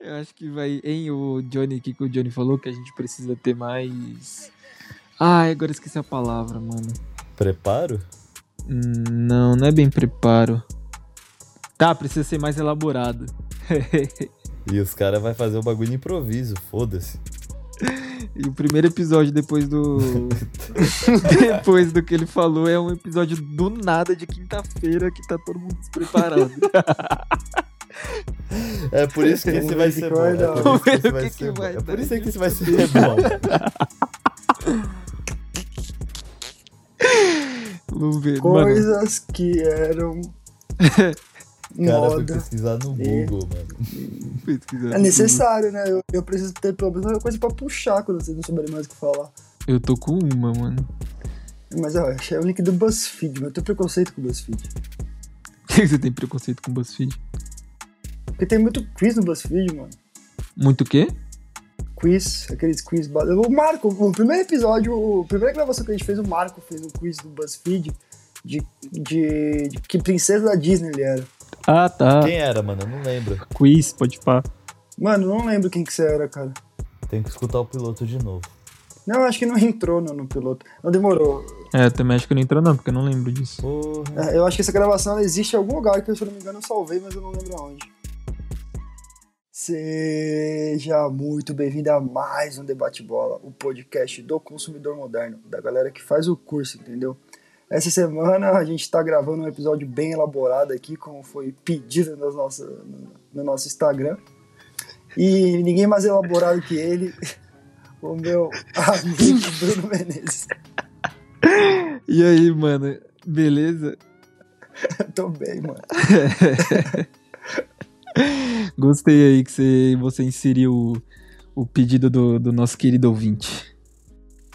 Eu acho que vai. Hein, o Johnny, o que, que o Johnny falou? Que a gente precisa ter mais. Ai, agora esqueci a palavra, mano. Preparo? Hum, Não, não é bem preparo. Tá, precisa ser mais elaborado. E os caras vão fazer o bagulho de improviso, foda-se. E o primeiro episódio depois do. depois do que ele falou é um episódio do nada de quinta-feira que tá todo mundo despreparado. É por isso que esse vai ser bom. É por isso que esse vai Vamos ver o que que vai dar. Vamos ver, ser bom. É por isso que esse vai ser bom. mano. Coisas que eram O cara foi moda. pesquisar no Google, mano. pesquisar. É necessário, né? Eu, eu preciso ter pelo menos uma coisa pra puxar quando vocês não souberem mais o que falar. Eu tô com uma, mano. Mas ó, achei o link do BuzzFeed, mas eu tenho preconceito com o BuzzFeed. Por que você tem preconceito com BuzzFeed? Porque tem muito quiz no BuzzFeed, mano. Muito o quê? Quiz, aqueles quiz. ba- O Marco, o primeiro episódio, o- a primeira gravação que a gente fez, o Marco fez um quiz do BuzzFeed de, de, de que princesa da Disney ele era. Ah, tá. Quem era, mano? Eu não lembro. Quiz, pode pá. Mano, eu não lembro quem que você era, cara. Tenho que escutar o piloto de novo. Não, eu acho que não entrou no, no piloto. Não demorou. É, eu também acho que não entrou não, porque eu não lembro disso. Porra. É, Eu acho que essa gravação ela existe em algum lugar que, eu, se eu não me engano, eu salvei, mas eu não lembro aonde. Seja muito bem-vindo a mais um Debate Bola, o podcast do consumidor moderno, da galera que faz o curso, entendeu? Essa semana a gente tá gravando um episódio bem elaborado aqui, como foi pedido nas nossa, no nosso Instagram. E ninguém mais elaborado que ele, o meu amigo Bruno Menezes. E aí, mano? Beleza? Tô bem, mano. Gostei aí que você, você inseriu o, o pedido do, do nosso querido ouvinte.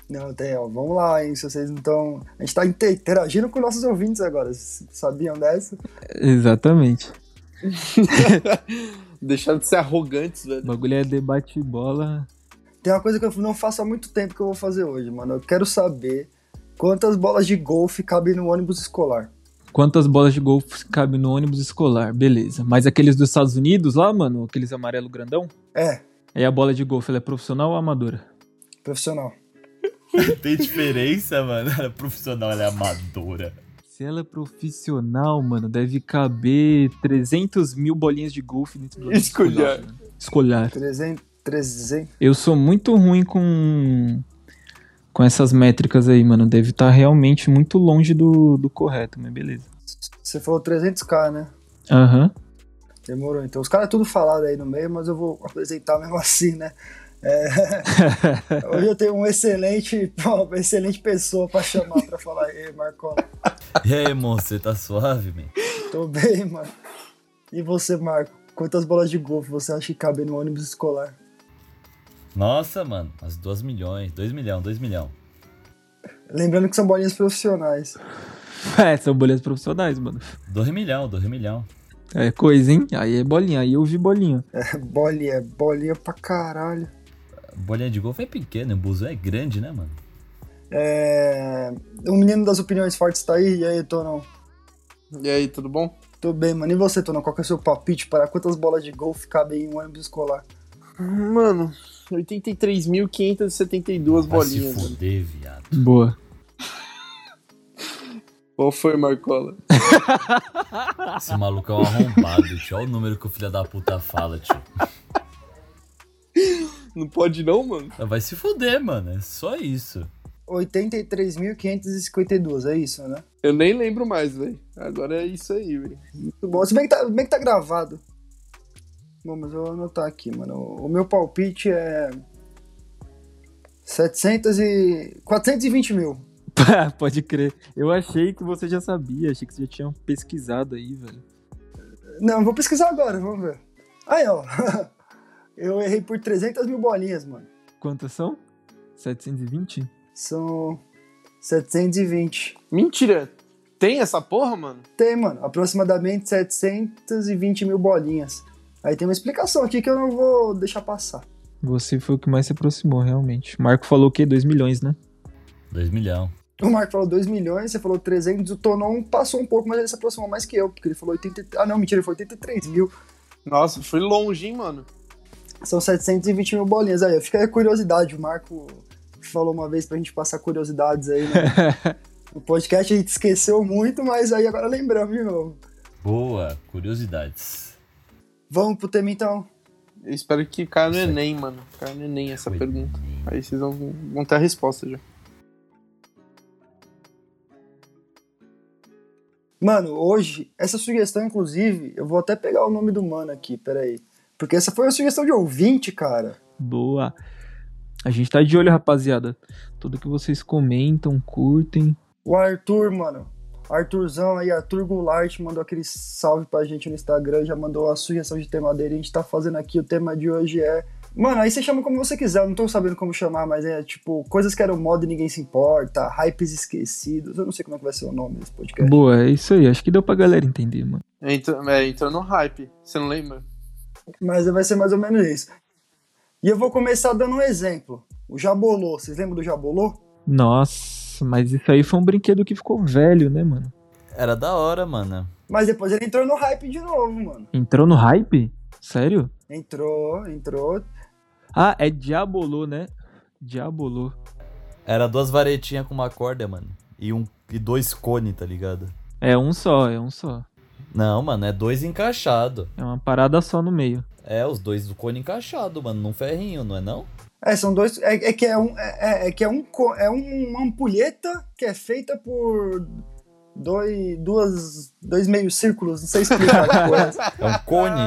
Não, tem, ó, vamos lá, hein, se vocês não estão... A gente tá inter- interagindo com nossos ouvintes agora, vocês sabiam dessa? Exatamente. Deixaram de ser arrogantes, velho. O bagulho é debate bola. Tem uma coisa que eu não faço há muito tempo que eu vou fazer hoje, mano, eu quero saber quantas bolas de golfe cabem no ônibus escolar. Quantas bolas de golfe cabem no ônibus escolar? Beleza. Mas aqueles dos Estados Unidos lá, mano, aqueles amarelo grandão? É, Aí a bola de golfe, ela é profissional ou amadora? profissional. Tem diferença, mano? Ela é profissional, ela é amadora. Se ela é profissional, mano, deve caber 300 mil bolinhas de golfe dentro do ônibus Escolar. escolar. mano. Escolar. 300, 300... Eu sou muito ruim com com essas métricas aí, mano. Deve estar realmente muito longe do, do correto, mas beleza. Você falou 300k, né? Aham. Demorou, então. Os caras tudo falaram aí no meio, mas eu vou apresentar mesmo assim, né? É, Hoje eu tenho um excelente, uma excelente pessoa pra chamar pra falar, ei, Marcola. E aí, moço, você tá suave, man? Tô bem, mano. E você, Marco? Quantas bolas de golfe você acha que cabem no ônibus escolar? Nossa, mano, umas 2 milhões, 2 milhão, 2 milhão. Lembrando que são bolinhas profissionais. É, são bolinhas profissionais, mano. 2 milhão, 2 milhão. É coisa, hein? Aí é bolinha, aí eu vi bolinha. Bolinha, bolinha pra caralho. Bolinha de golfe é pequena, o busão é grande, né, mano? É... O menino das opiniões fortes tá aí? E aí, Tonão? E aí, tudo bom? Tô bem, mano. E você, Tonão? Qual que é o seu palpite para quantas bolas de golfe cabem em um ônibus escolar? Mano, 83.572 Vai se bolinhas. mano. fuder, viado. Boa. Qual foi, Marcola? Esse maluco é um arrombado, tio. Olha o número que o filho da puta fala, tio. Não pode não, mano? Vai se fuder, mano. É só isso. 83.552, é isso, né? Eu nem lembro mais, velho. Agora é isso aí, velho. Muito bom. Se bem que tá, bem que tá gravado. Bom, mas eu vou anotar aqui, mano. O meu palpite é. 700 e. 420 mil. Pá, Pode crer. Eu achei que você já sabia, achei que você já tinha pesquisado aí, velho. Não, vou pesquisar agora, vamos ver. Aí, ó. Eu errei por 300 mil bolinhas, mano. Quantas são? 720? São 720. Mentira! Tem essa porra, mano? Tem, mano. Aproximadamente 720 mil bolinhas. Aí tem uma explicação aqui que eu não vou deixar passar. Você foi o que mais se aproximou, realmente. Marco falou o quê? 2 milhões, né? 2 milhão. O Marco falou 2 milhões, você falou 300, o Tonon passou um pouco, mas ele se aproximou mais que eu, porque ele falou 83. Ah, não, mentira, ele falou 83 mil. Nossa, fui longe, hein, mano? São 720 mil bolinhas. Aí, fica aí a curiosidade. O Marco falou uma vez pra gente passar curiosidades aí, né? O podcast a gente esqueceu muito, mas aí agora lembramos de novo. Boa, curiosidades. Vamos pro tema então. Eu espero que caia no Isso aí. Enem, mano. Caia no Enem essa Foi. pergunta. Aí vocês vão, vão ter a resposta já. Mano, hoje, essa sugestão, inclusive, eu vou até pegar o nome do mano aqui, peraí. Porque essa foi uma sugestão de ouvinte, cara. Boa. A gente tá de olho, rapaziada. Tudo que vocês comentam, curtem. O Arthur, mano. Arthurzão aí, Arthur Goulart, mandou aquele salve pra gente no Instagram, já mandou a sugestão de tema dele. A gente tá fazendo aqui, o tema de hoje é. Mano, aí você chama como você quiser, eu não tô sabendo como chamar, mas é tipo, coisas que eram moda e ninguém se importa, hypes esquecidos, eu não sei como é que vai ser o nome desse podcast. Boa, é isso aí. Acho que deu pra galera entender, mano. Entra, é, entrou no hype. Você não lembra? Mas vai ser mais ou menos isso. E eu vou começar dando um exemplo. O Jabolô, vocês lembram do Jabolô? Nossa, mas isso aí foi um brinquedo que ficou velho, né, mano? Era da hora, mano. Mas depois ele entrou no hype de novo, mano. Entrou no hype? Sério? Entrou, entrou. Ah, é Diabolô, né? Diabolô. Era duas varetinhas com uma corda, mano. E, um, e dois cones, tá ligado? É um só, é um só. Não, mano, é dois encaixado. É uma parada só no meio. É, os dois do cone encaixado, mano, num ferrinho, não é não? É, são dois. É, é que é um. É, é- é que é um. co- É um- uma ampulheta que é feita por dois. Duas. Dois meio círculos. Não sei explicar que porra é essa. É um cone.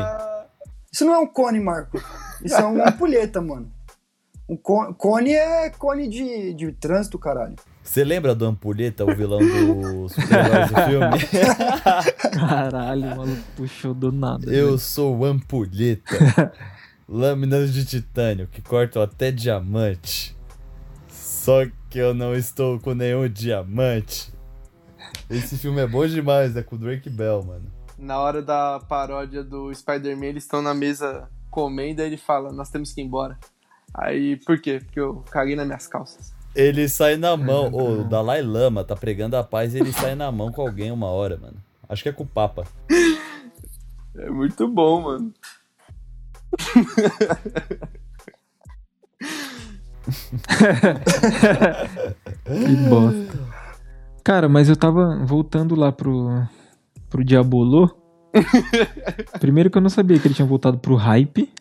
Isso não é um cone, Marco. Isso é uma ampulheta, mano. Um cone, cone é cone de, de trânsito, caralho. Você lembra do Ampulheta, o vilão do super-heróis do filme? Caralho, o maluco puxou do nada. Eu sou o Ampulheta. Lâminas de titânio que cortam até diamante. Só que eu não estou com nenhum diamante. Esse filme é bom demais, é com o Drake Bell, mano. Na hora da paródia do Spider-Man, eles estão na mesa comendo, aí ele fala, nós temos que ir embora. Aí, por quê? Porque eu caguei nas minhas calças. Ele sai na mão. Ô, o Dalai Lama tá pregando a paz e ele sai na mão com alguém uma hora, mano. Acho que é com o Papa. É muito bom, mano. Que Hum. bosta. Cara, mas eu tava voltando lá pro, pro Diabolô. Primeiro que eu não sabia que ele tinha voltado pro hype.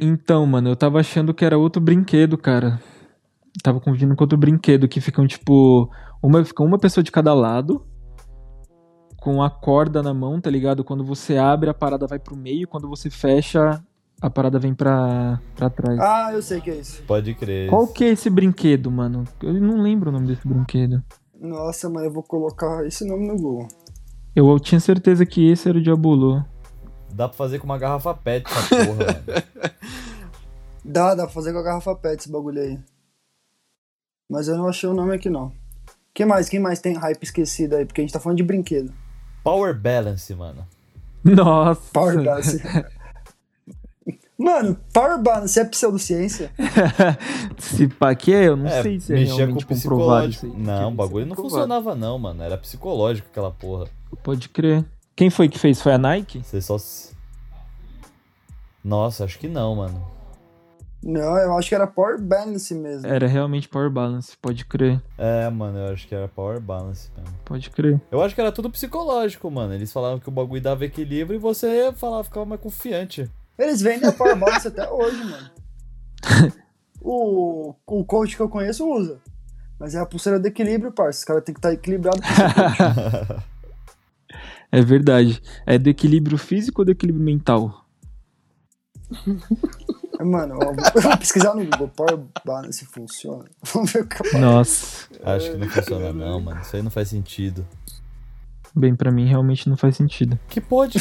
Então, mano, eu tava achando que era outro brinquedo, cara. Tava confundindo com outro brinquedo, que ficam, tipo. Uma, fica uma pessoa de cada lado. Com a corda na mão, tá ligado? Quando você abre, a parada vai pro meio. Quando você fecha, a parada vem pra, pra trás. Ah, eu sei que é isso. Pode crer. Qual que é esse brinquedo, mano? Eu não lembro o nome desse brinquedo. Nossa, mano, eu vou colocar esse nome no Google. Eu tinha certeza que esse era o Diabolô. Dá pra fazer com uma garrafa pet essa porra, mano. Dá, dá pra fazer com a garrafa PET esse bagulho aí. Mas eu não achei o nome aqui não. Quem mais? Quem mais tem hype esquecido aí? Porque a gente tá falando de brinquedo. Power Balance, mano. Nossa! Power Balance. Mano, Power Balance é pseudociência? se pá que é, eu não é, sei se é mexia com realmente o comprovado psicológico. isso aí. Não, o bagulho não Comprovado. funcionava não, mano. Era psicológico aquela porra. Pode crer. Quem foi que fez? Foi a Nike? Você só... se- Nossa, acho que não, mano. Não, eu acho que era Power Balance mesmo. Era realmente Power Balance, pode crer, É, mano, eu acho que era Power Balance mesmo. pode crer. Eu acho que era tudo psicológico, mano. Eles falavam que o bagulho dava equilíbrio e você falava, ficava mais confiante. Eles vendem a Power Balance até hoje, mano. O, o coach que eu conheço usa. Mas é a pulseira do equilíbrio, parça. Os caras têm que tá estar equilibrados. É verdade. É do equilíbrio físico ou do equilíbrio mental? É, Mano, eu vou, eu vou pesquisar no Google Power Balance funciona. Vamos ver o que Nossa, Acho que não funciona não, mano. Isso aí não faz sentido. bem pra mim realmente não faz sentido. Que pode...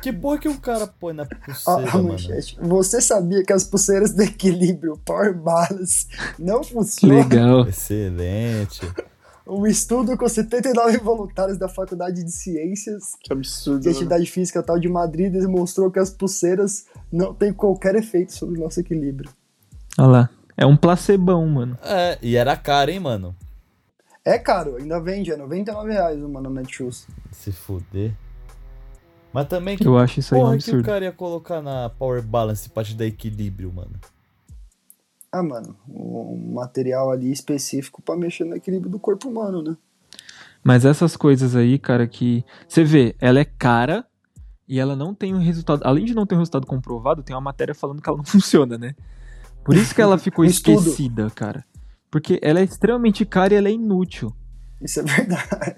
Que porra que o cara põe na pulseira, Ó, a mano? manchete. Você sabia que as pulseiras de equilíbrio Power Balance não funcionam? Legal. Excelente. Um estudo com 79 voluntários da Faculdade de Ciências Que absurdo. de né? Atividade Física tal de Madrid demonstrou que as pulseiras não têm qualquer efeito sobre o nosso equilíbrio. Olha lá. É um placebão, mano. É, e era caro, hein, mano? É caro, ainda vende, é R$ 99 reais uma na Netshoes. Se fuder. Mas também que Eu acho isso aí um porra que o absurdo. cara ia colocar na Power Balance pra te dar equilíbrio, mano? Ah, mano, um material ali específico pra mexer no equilíbrio do corpo humano, né? Mas essas coisas aí, cara, que. Você vê, ela é cara e ela não tem um resultado. Além de não ter um resultado comprovado, tem uma matéria falando que ela não funciona, né? Por isso que ela ficou Um estudo. esquecida, cara. Porque ela é extremamente cara e ela é inútil. Isso é verdade.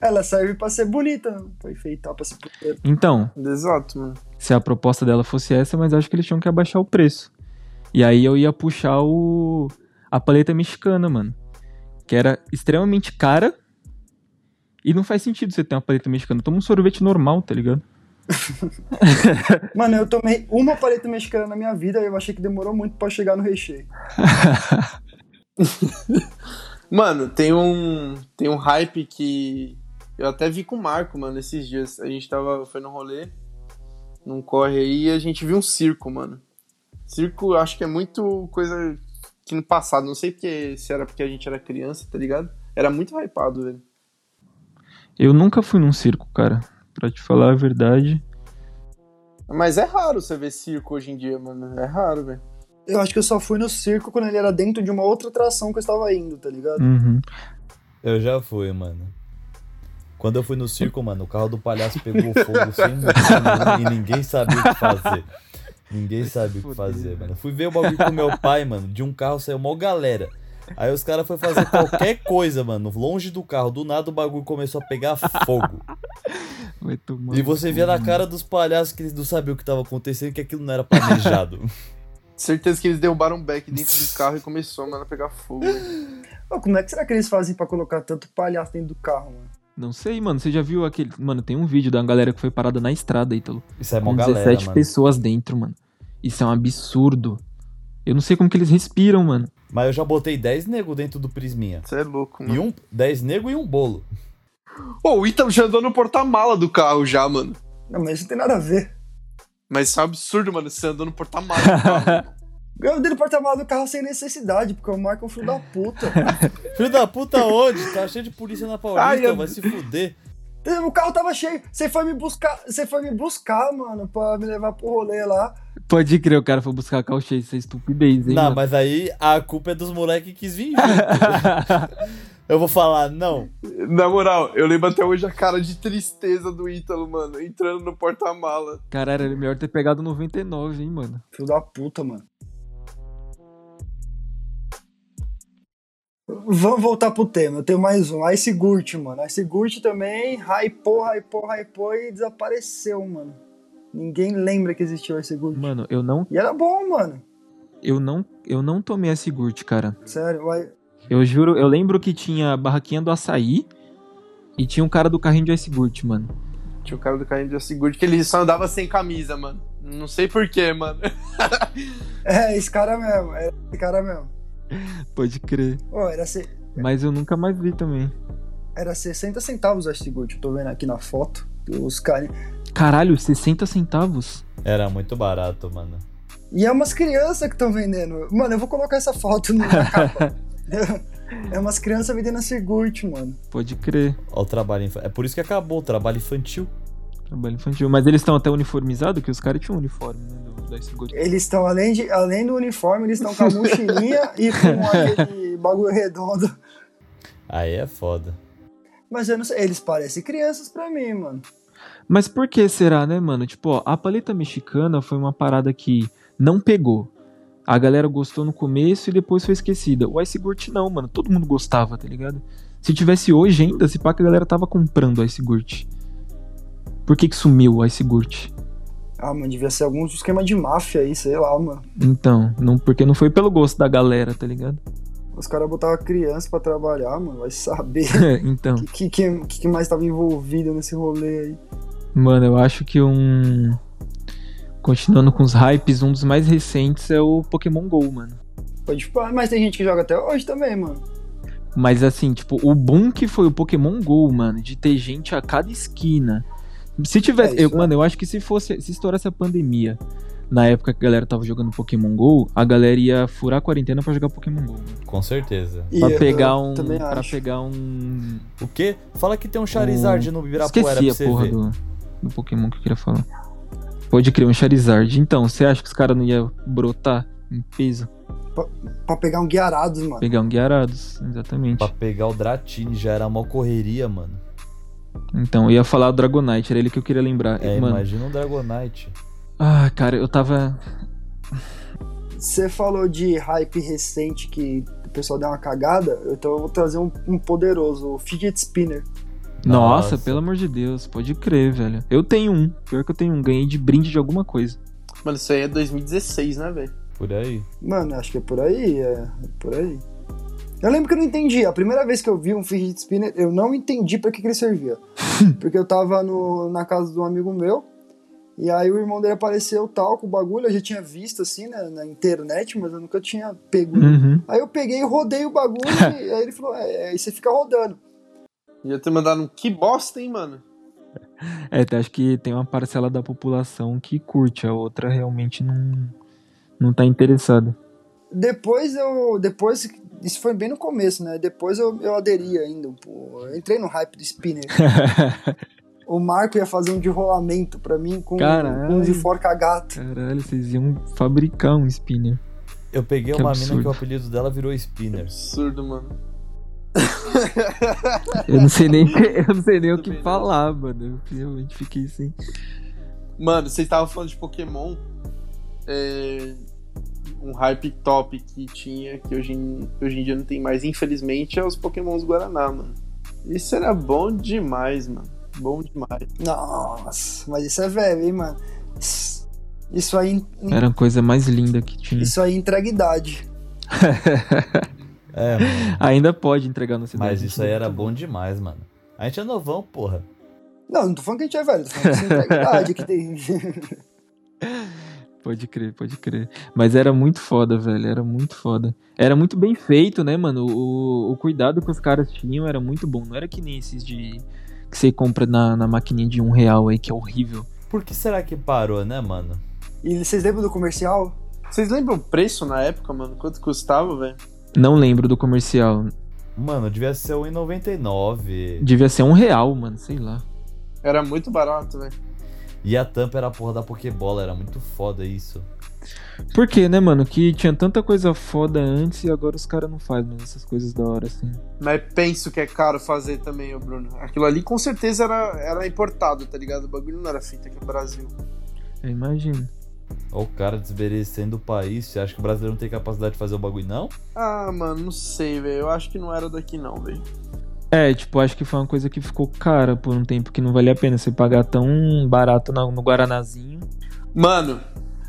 Ela serve pra ser bonita, né? pra enfeitar, pra se poder. Então, Exato, mano. se a proposta dela fosse essa, mas acho que eles tinham que abaixar o preço. E aí eu ia puxar o a paleta mexicana, mano, que era extremamente cara e não faz sentido você ter uma paleta mexicana. Toma um sorvete normal, tá ligado? Mano, eu tomei uma paleta mexicana na minha vida e eu achei que demorou muito pra chegar no recheio. Mano, tem um, tem um hype que eu até vi com o Marco, mano, esses dias. A gente tava, foi no rolê, num corre aí, e a gente viu um circo, mano. Circo, eu acho que é muito coisa que no passado, não sei porque, se era porque a gente era criança, tá ligado? Era muito hypado, velho. Eu nunca fui num circo, cara. Pra te falar a verdade. Mas é raro você ver circo hoje em dia, mano. É raro, velho. Eu acho que eu só fui no circo quando ele era dentro de uma outra atração que eu estava indo, tá ligado? Uhum. Eu já fui, mano. Quando eu fui no circo, mano, o carro do palhaço pegou fogo sem motivo nenhum e ninguém sabia o que fazer. Ninguém sabia o que fazer, mano. Eu Fui ver o bagulho com meu pai, mano. De um carro saiu mó galera. Aí os caras foram fazer qualquer coisa, mano. Longe do carro. Do nada o bagulho começou a pegar fogo. Vai tomar. E você via na cara dos palhaços que eles não sabiam o que tava acontecendo, que aquilo não era planejado. Certeza que eles derrubaram um back dentro do carro e começou, mano, a pegar fogo. velho. Ô, como é que será que eles fazem pra colocar tanto palhaço dentro do carro, mano? Não sei, mano. Você já viu aquele. Mano, tem um vídeo da galera que foi parada na estrada, Ítalo. Isso é mó Com galera, 17 mano. pessoas dentro, mano. Isso é um absurdo. Eu não sei como que eles respiram, mano. Mas eu já botei 10 nego dentro do Prisminha. Você é louco, mano. E um, 10 nego e um bolo. Pô, o Ítalo já andou no porta-mala do carro já, mano. Não, mas isso não tem nada a ver. Mas isso é um absurdo, mano. Você andou no porta-mala do carro. Eu dei no porta-malas do carro sem necessidade, porque o Marco é um filho da puta. Filho da puta onde? Tá cheio de polícia na Paulista, Ai, eu- vai se fuder. o carro tava cheio. Você foi me buscar, você foi me buscar, mano, pra me levar pro rolê lá. Pode crer, o cara foi buscar carro cheio. Isso é estupidez, hein? não, mano? mas aí a culpa é dos moleques que quis vir junto. Eu vou falar, não. Na moral, eu lembro até hoje a cara de tristeza do Ítalo, mano, entrando no porta-mala. Caralho, era melhor ter pegado 99, hein, mano. Filho da puta, mano. Vamos voltar pro tema. Eu tenho mais um. Ice Gurt, mano. Ice Gurt também hypou, hypou, hypou e desapareceu, mano. Ninguém lembra que existiu Ice Gurt. Mano, eu não. E era bom, mano. Eu não. Eu não tomei esse Gurt, cara. Sério, vai. Eu juro, eu lembro que tinha a barraquinha do açaí e tinha um cara do carrinho de Ice Gurt, mano. Tinha o cara do carrinho de Assegurd que ele só andava sem camisa, mano. Não sei porquê, mano. É, esse cara mesmo. Era esse cara mesmo. Pode crer. Ô, era, se- Mas eu nunca mais vi também. era 60 centavos o Ice Gurt. Eu tô vendo aqui na foto. Os caras. Caralho, 60 centavos? Era muito barato, mano. E é umas crianças que estão vendendo. Mano, eu vou colocar essa foto na capa. é umas crianças vendendo a Sigurd, mano. Pode crer. Ó, o trabalho infantil. É por isso que acabou o trabalho infantil. Trabalho infantil. Mas eles estão até uniformizados, que os caras tinham uniforme, né? Do, do Ice Gurt. Eles estão, além, de, além do uniforme, eles estão com a mochilinha e com aquele bagulho redondo. Aí é foda. Mas eu não sei, eles parecem crianças pra mim, mano. Mas por que será, né, mano? Tipo, ó, a paleta mexicana foi uma parada que não pegou. A galera gostou no começo e depois foi esquecida. O Ice Gurt não, mano. Todo mundo gostava, tá ligado? Se tivesse hoje ainda, se pá que a galera tava comprando o Ice Gurt. Por que que sumiu o Ice Gurt? Ah, mano, devia ser algum esquema de máfia aí, sei lá, mano. Então, não, porque não foi pelo gosto da galera, tá ligado? Os caras botavam criança pra trabalhar, mano. Vai saber então. o que, que, que mais tava envolvido nesse rolê aí. Mano, eu acho que um. Continuando com os hypes, um dos mais recentes é o Pokémon GO, mano. Pode, tipo, ah, mas tem gente que joga até hoje também, mano. Mas assim, tipo, o boom que foi o Pokémon GO, mano, de ter gente a cada esquina. Se tivesse. É isso, eu- mano, eu acho que se fosse. Se estourasse a pandemia na época que a galera tava jogando Pokémon GO, a galera ia furar a quarentena pra jogar Pokémon GO. mano. Com certeza. E Pra eu- pegar eu um. também Pra acho. peguar um. O quê? Fala que tem um Charizard no Ibirapuera Hum, Esqueci pra a você porra ver. do. do Pokémon que eu queria falar. Pode criar um Charizard. Então, você acha que os caras não iam brotar em peso? Pra pegar um Guiarados, mano. Pegar um Guiarados, exatamente. Pra pegar o Dratini já era uma correria, mano. Então, eu ia falar o Dragonite, era ele que eu queria lembrar. É, mano, imagina um Dragonite. ah, cara, eu tava. Você falou de hype recente que o pessoal deu uma cagada, então eu vou trazer um, um poderoso, o Fidget Spinner. Nossa, Nossa. pelo amor de Deus, pode crer, velho. Eu tenho um, pior que eu tenho um, ganhei de brinde de alguma coisa. Mano, isso aí é 2016, né, velho? Por aí. Mano, acho que é por aí, é, é por aí. Eu lembro que eu não entendi. A primeira vez que eu vi um fidget spinner, eu não entendi pra que, que ele servia. Porque eu tava no, na casa de um amigo meu, e aí o irmão dele apareceu tal, com o bagulho, eu já tinha visto assim, né, na internet, mas eu nunca tinha pego. Uhum. Aí eu peguei e rodei o bagulho, e aí ele falou, é, é, aí você fica rodando. Devia ter mandado um que bosta, hein, mano? É, até acho que tem uma parcela da população que curte, a outra realmente não, não tá interessada. Depois eu. Depois. Isso foi bem no começo, né? Depois eu, eu aderi ainda. Pô. Eu entrei no hype do spinner. O Marco ia fazer um de rolamento pra mim com Caralho. com um de forca gato. Caralho, vocês iam fabricar um spinner. Eu peguei Que uma mina absurdo. que o apelido dela virou Spinner. Absurdo, mano. Eu não sei nem, eu não sei nem o que Também não. falar, mano. Eu realmente fiquei sem. Mano, vocês estavam falando de Pokémon. É, um hype top que tinha, que hoje em, hoje em dia não tem mais, infelizmente, é os Pokémons Guaraná, mano. Isso era bom demais, mano. Bom demais. Nossa, mas isso é velho, hein, mano? Isso- Isso aí, Era a coisa mais linda que tinha. isso aí entrega idade. É, mano. Ainda pode entregar na cidade. Mas isso aí era bom demais, mano. A gente é novão, porra. Não, não tô falando que a gente é velho, tô falando que isso entrega idade. Que tem... Pode crer, pode crer. Mas era muito foda, velho. Era muito foda. Era muito bem feito, né, mano? O, o cuidado que os caras tinham era muito bom. Não era que nem esses de. que você compra na, na maquininha de um real aí, que é horrível. Por que será que parou, né, mano? E vocês lembram do comercial? Vocês lembram o preço na época, mano? Quanto custava, velho? Não lembro do comercial. Mano, devia ser 1,99. Devia ser um real, mano, sei lá. Era muito barato, velho. E a tampa era a porra da Pokébola, era muito foda isso. Por quê, né, mano? Que tinha tanta coisa foda antes e agora os caras não fazem mais essas coisas da hora, assim. Mas penso que é caro fazer também, ô Bruno. Aquilo ali com certeza era, era importado, tá ligado? O bagulho não era feito aqui no Brasil. Eu imagino. Olha o cara desmerecendo o país. Você acha que o brasileiro não tem capacidade de fazer o bagulho, não? Ah, mano, não sei, velho. Eu acho que não era daqui, não, velho. É, tipo, acho que foi uma coisa que ficou cara por um tempo, que não valia a pena você pagar tão barato na- no Guaranazinho. Mano,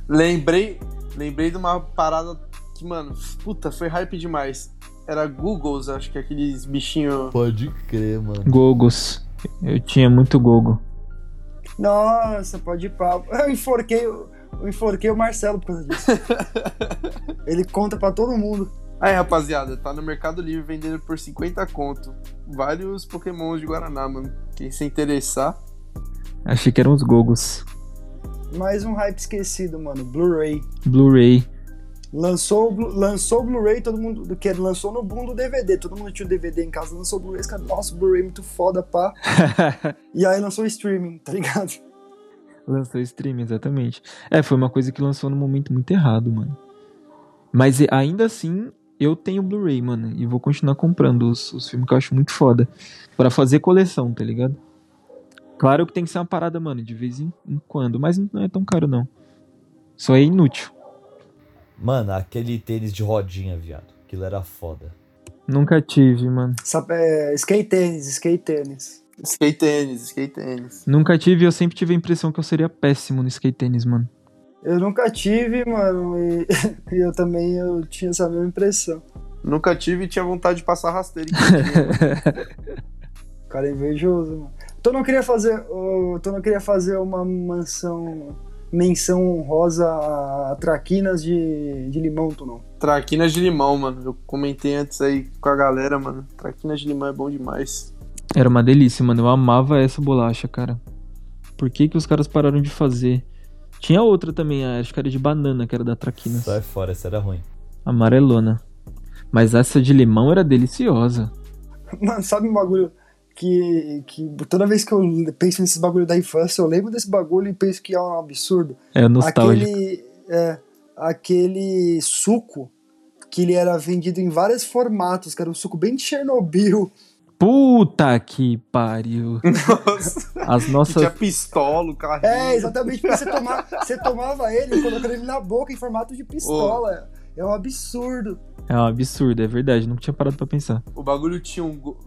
lembrei, lembrei de uma parada que, mano, puta, foi hype demais. Era Googles, acho que é aqueles bichinhos. Pode crer, mano. Gogos. Eu tinha muito gogo. Nossa, pode ir pau. Eu enforquei, o- eu enforquei o Marcelo por causa disso. Ele conta pra todo mundo. Aí, rapaziada, tá no Mercado Livre vendendo por 50 conto. Vários Pokémons de Guaraná, mano. Quem se interessar. Achei que eram os gogos. Mais um hype esquecido, mano. Blu-ray. Blu-ray. Lançou o Blu- lançou o Blu-ray, todo mundo. do Que lançou no boom do DVD. Todo mundo tinha o DVD em casa, lançou o Blu-ray. os caras, Nossa, o Blu-ray é muito foda, pá. E aí lançou o streaming, tá ligado? Lançou stream, exatamente. É, foi uma coisa que lançou no momento muito errado, mano. Mas e- ainda assim, eu tenho Blu-ray, mano. E vou continuar comprando os, os filmes que eu acho muito foda. Pra fazer coleção, tá ligado? Claro que tem que ser uma parada, mano, de vez em em quando. Mas não é tão caro, não. Só é inútil. Mano, aquele tênis de rodinha, viado. Aquilo era foda. Nunca tive, mano. Sabe, é, skate tênis, skate tênis. Skate tênis, skate tênis. Nunca tive e eu sempre tive a impressão que eu seria péssimo no skate tênis, mano. Eu nunca tive, mano, e, e eu também eu tinha essa mesma impressão. Nunca tive e tinha vontade de passar rasteiro. em quem tinha. O cara é invejoso, mano. Então eu não queria fazer. ô, Então eu não queria fazer uma mansão. Menção honrosa a traquinas de, de limão, tu não. Traquinas de limão, mano. Eu comentei antes aí com a galera, mano. Traquinas de limão é bom demais. Era uma delícia, mano. Eu amava essa bolacha, cara. Por que, que os caras pararam de fazer? Tinha outra também, ah, acho que era de banana, que era da Traquinas. Sai fora, isso era ruim. Amarelona. Mas essa de limão era deliciosa. Mano, sabe um bagulho que, que toda vez que eu penso nesses bagulho da infância, eu lembro desse bagulho e penso que é um absurdo. É nostálgico. Aquele, é, aquele suco que ele era vendido em vários formatos, que era um suco bem de Chernobyl. Puta que pariu. Nossa, As que nossas. tinha pistola, o carrinho. É, exatamente, porque você, toma, você tomava ele colocando ele na boca em formato de pistola. É um absurdo. É um absurdo, é verdade. Nunca tinha parado pra pensar. O bagulho tinha um, go-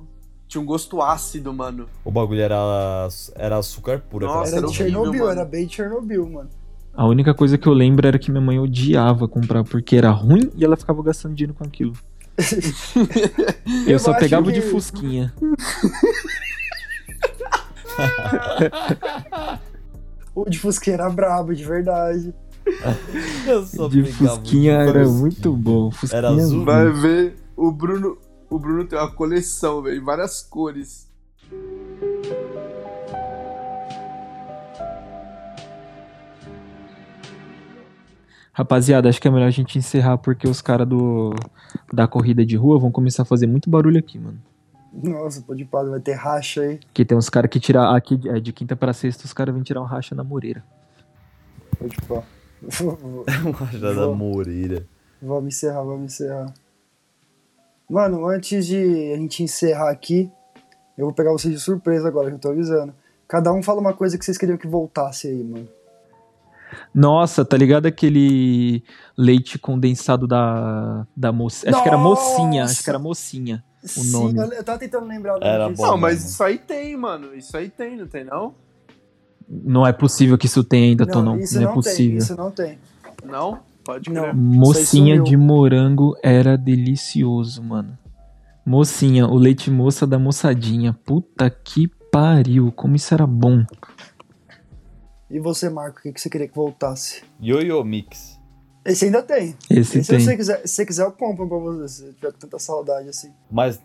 tinha um gosto ácido, mano. O bagulho era, era açúcar puro. aquela Nossa, Era era de porra. horrível, Chernobyl, mano. era bem de Chernobyl, mano. A única coisa que eu lembro era que minha mãe odiava comprar porque era ruim e ela ficava gastando dinheiro com aquilo. eu, Eu só acho pegava o de que- fusquinha. O de Fusquinha era brabo, de verdade. Eu só De pegava fusquinha um era fusquinha. muito bom. Fusquinha Era azul? né? Vai ver, o Bruno, o Bruno tem uma coleção, velho, várias cores. Rapaziada, acho que é melhor a gente encerrar porque os caras do da corrida de rua vão começar a fazer muito barulho aqui, mano. Nossa, pode parar, vai ter racha aí. Porque tem uns caras que tiram aqui é, de quinta pra sexta, os caras vêm tirar um racha na Moreira. Pode pá. Uma rajada Bom. moreira. Vamos encerrar, vamos encerrar. Mano, antes de a gente encerrar aqui, eu vou pegar vocês de surpresa agora, que eu tô avisando. Cada um fala uma coisa que vocês queriam que voltasse aí, mano. Nossa, tá ligado aquele leite condensado da, da mocinha? Acho que era mocinha, acho Nossa! que era mocinha. O Sim, nome. né? eu- eu tava tentando lembrar o nome Era disso. bom. Não, mas mano. isso aí tem, mano. Isso aí tem, não tem não? Não é possível que isso tenha ainda, Tonão. Não, isso é não, tem, possível. isso não tem. Não? Pode Não. crer. Mocinha Isso aí de morango era delicioso, mano. Mocinha, o leite moça da moçadinha. Puta que pariu, como isso era bom. E você, Marco, o que, que você queria que voltasse? Yo-Yo Mix. Esse ainda tem. Esse, Esse, tem. Se, você quiser, se você quiser, eu compro pra você, se tiver com tanta saudade assim. Mas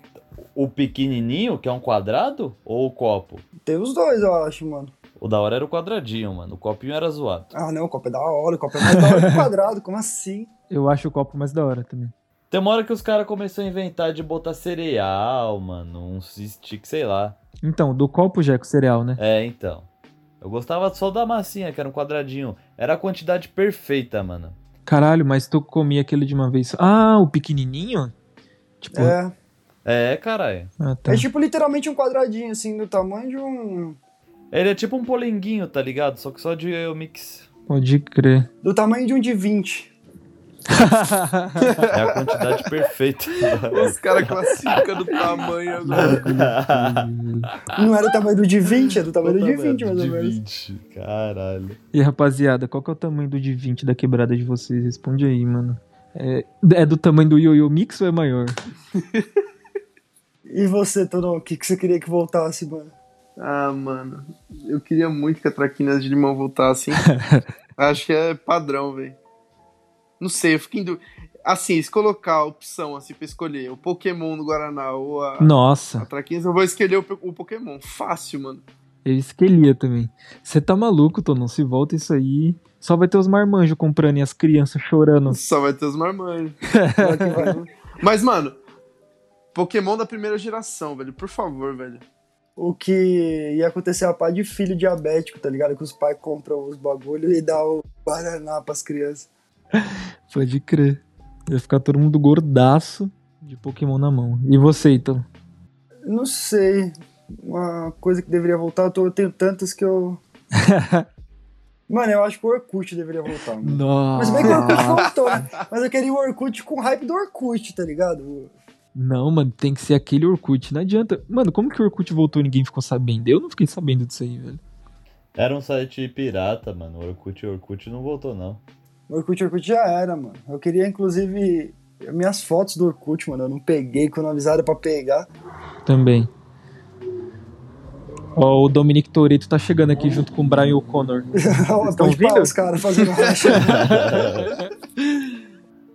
o pequenininho, que é um quadrado, ou o copo? Tem os dois, eu acho, mano. O da hora era o quadradinho, mano. O copinho era zoado. Ah, não, o copo é da hora, o copo é mais da hora que o quadrado, como assim? Eu acho o copo mais da hora também. Tem uma hora que os caras começaram a inventar de botar cereal, mano. Um stick, sei lá. Então, do copo já é com cereal, né? É, então. Eu gostava só da massinha, que era um quadradinho. Era a quantidade perfeita, mano. Caralho, mas tu comia aquele de uma vez só. Ah, o pequenininho? Tipo, É, É, caralho. ah, tá. é tipo literalmente um quadradinho, assim, do tamanho de um... Ele é tipo um polenguinho, tá ligado? Só que só de Yo-Yo Mix. Pode crer. Do tamanho de um de 20. É a quantidade perfeita. Os caras classificam do tamanho agora. Não era o tamanho do de 20, é do tamanho do de Ah. Puta 20, merda, mais ou menos. De 20, caralho. e rapaziada, qual que é o tamanho do de 20 da quebrada de vocês? Responde aí, mano. É, é do tamanho do Yo-Yo Mix ou é maior? E você, Tonão, o que, que você queria que voltasse, mano? Ah, mano. Eu queria muito que a traquinas de limão voltasse, hein? Acho que é padrão, velho. Não sei, eu fico em dúvida. Assim, se colocar a opção assim pra escolher o Pokémon do Guaraná ou a, Nossa. a Traquinas, eu vou escolher o, pe- o Pokémon. Fácil, mano. Eu esquelia também. Você tá maluco, Tom? Não se volta isso aí. Só vai ter os marmanjos comprando e as crianças chorando. Só vai ter os marmanjos. Será que vai? Mas, mano, Pokémon da primeira geração, velho. Por favor, velho. O que ia acontecer é a pá de filho diabético, tá ligado? Que os pais compram os bagulho e dá o Guaraná pras crianças. Pode crer. Ia ficar todo mundo gordaço de Pokémon na mão. E você, então? Não sei. Uma coisa que deveria voltar, eu, tô- eu tenho tantas que eu. mano, eu acho que o Orkut deveria voltar. Mano. Mas Nossa. bem que o Orkut voltou, né? Mas eu queria o Orkut com o hype do Orkut, tá ligado? Não, mano, tem que ser aquele Orkut. Não adianta. Mano, como que o Orkut voltou e ninguém ficou sabendo? Eu não fiquei sabendo disso aí, velho. Era um site pirata, mano. Orkut, Orkut não voltou, não. O Orkut, Orkut já era, mano. Eu queria, inclusive, minhas fotos do Orkut, mano. Eu não peguei quando avisaram pra pegar. Também. Ó, o Dominic Toreto tá chegando aqui junto com o Brian O'Connor. estão Pode parar ouvindo? os caras fazendo racha.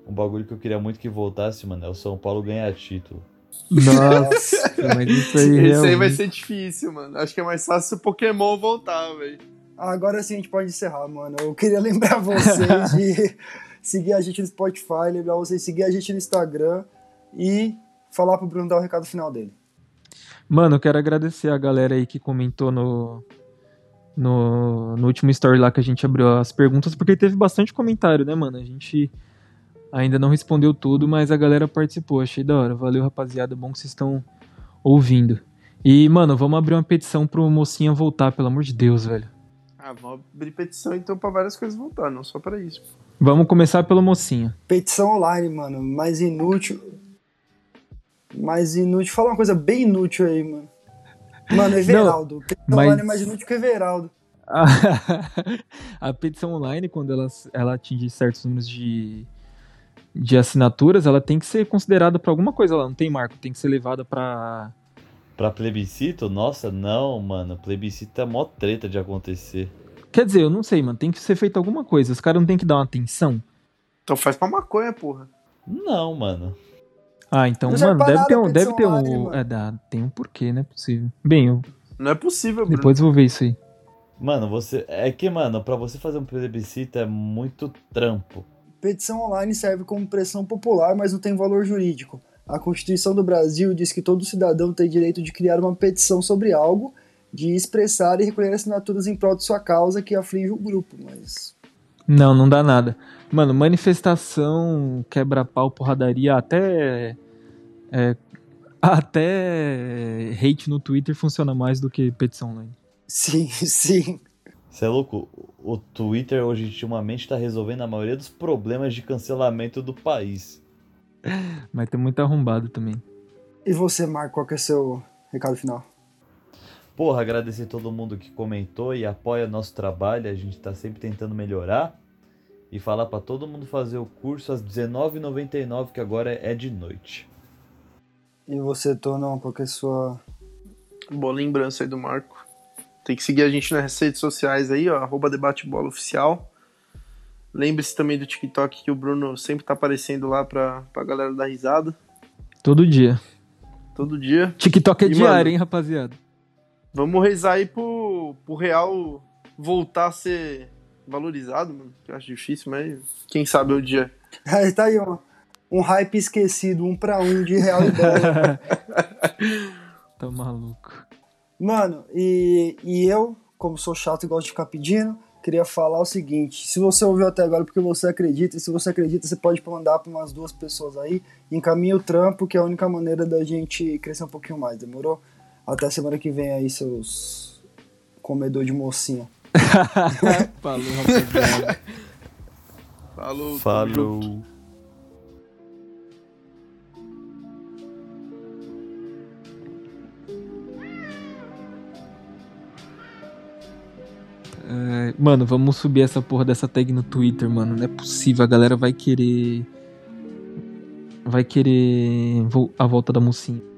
Um bagulho que eu queria muito que voltasse, mano, é o São Paulo ganhar título. Nossa, mas isso aí. Esse aí vai realmente- ser difícil, mano. Acho que é mais fácil se o Pokémon voltar, velho. Agora sim a gente pode encerrar, mano. Eu queria lembrar vocês de seguir a gente no Spotify, lembrar vocês de seguir a gente no Instagram e falar pro Bruno dar o recado final dele. Mano, eu quero agradecer a galera aí que comentou no, no, no último story lá que a gente abriu as perguntas, porque teve bastante comentário, né, mano? A gente ainda não respondeu tudo, mas a galera participou. Achei da hora. Valeu, rapaziada. Bom que vocês estão ouvindo. E, mano, vamos abrir uma petição pro Mocinha voltar, pelo amor de Deus, velho. Ah, vamos abrir petição então pra várias coisas voltar, não só pra isso. Vamos começar pelo Mocinha. Petição online, mano. Mais inútil. Mais inútil. Fala uma coisa bem inútil aí, mano. Mano, Everaldo. petição mas- online é mais inútil que Everaldo. a petição online, quando ela, ela atinge certos números de, de assinaturas, ela tem que ser considerada pra alguma coisa lá, não tem marco, tem que ser levada pra. Pra plebiscito? Nossa, não, mano. Plebiscito é mó treta de acontecer. Quer dizer, eu não sei, mano, tem que ser feita alguma coisa, os caras não tem que dar uma atenção. Então faz pra maconha, porra. Não, mano. Ah, então, Não serve mano, pra deve nada ter a um. Deve petição ter online, um mano. é, dá, tem um porquê, não é possível. Bem, eu Não é possível, Bruno. depois eu vou ver isso aí. Mano, você. É que, mano, pra você fazer um plebiscito é muito trampo. Petição online serve como pressão popular, mas não tem valor jurídico. A Constituição do Brasil diz que todo cidadão tem direito de criar uma petição sobre algo, de expressar e recolher assinaturas em prol de sua causa que aflige o grupo, mas. Não, não dá nada. Mano, manifestação, quebra-pau, porradaria, até. é, até hate no Twitter funciona mais do que petição online. Sim, sim. Você é louco? O Twitter hoje ultimamente tá resolvendo a maioria dos problemas de cancelamento do país. Mas tem muito arrombado também. E você, Marco, qual que é o seu recado final? Porra, agradecer todo mundo que comentou e apoia nosso trabalho. A gente tá sempre tentando melhorar. E falar pra todo mundo fazer o curso às R$19,99, que agora é de noite. E você, Tonão, qual que é a sua. Boa lembrança aí do Marco. Tem que seguir a gente nas redes sociais aí, ó, arroba debatebola oficial. Lembre-se também do TikTok que o Bruno sempre tá aparecendo lá pra, pra galera dar risada, Todo dia. todo dia. TikTok é E, diário, mano, hein, rapaziada? Vamos rezar aí pro, pro Real voltar a ser valorizado, mano. que Eu acho difícil, mas quem sabe o dia. Aí tá aí, ó. Um hype esquecido, um pra um de real e dólar. Tá maluco. Mano, e, e eu, como sou chato e gosto de ficar pedindo, queria falar o seguinte: se você ouviu até agora é porque você acredita, e se você acredita, você pode mandar para umas duas pessoas aí, encaminha o trampo, que é a única maneira da gente crescer um pouquinho mais, demorou? Até semana que vem aí, seus comedor de mocinha. Falou, rapaziada. Falou. tamo junto. Falou. É, Mano, vamos subir essa porra dessa tag no Twitter, mano. Não é possível, a galera vai querer. Vai querer vo- a volta da mocinha.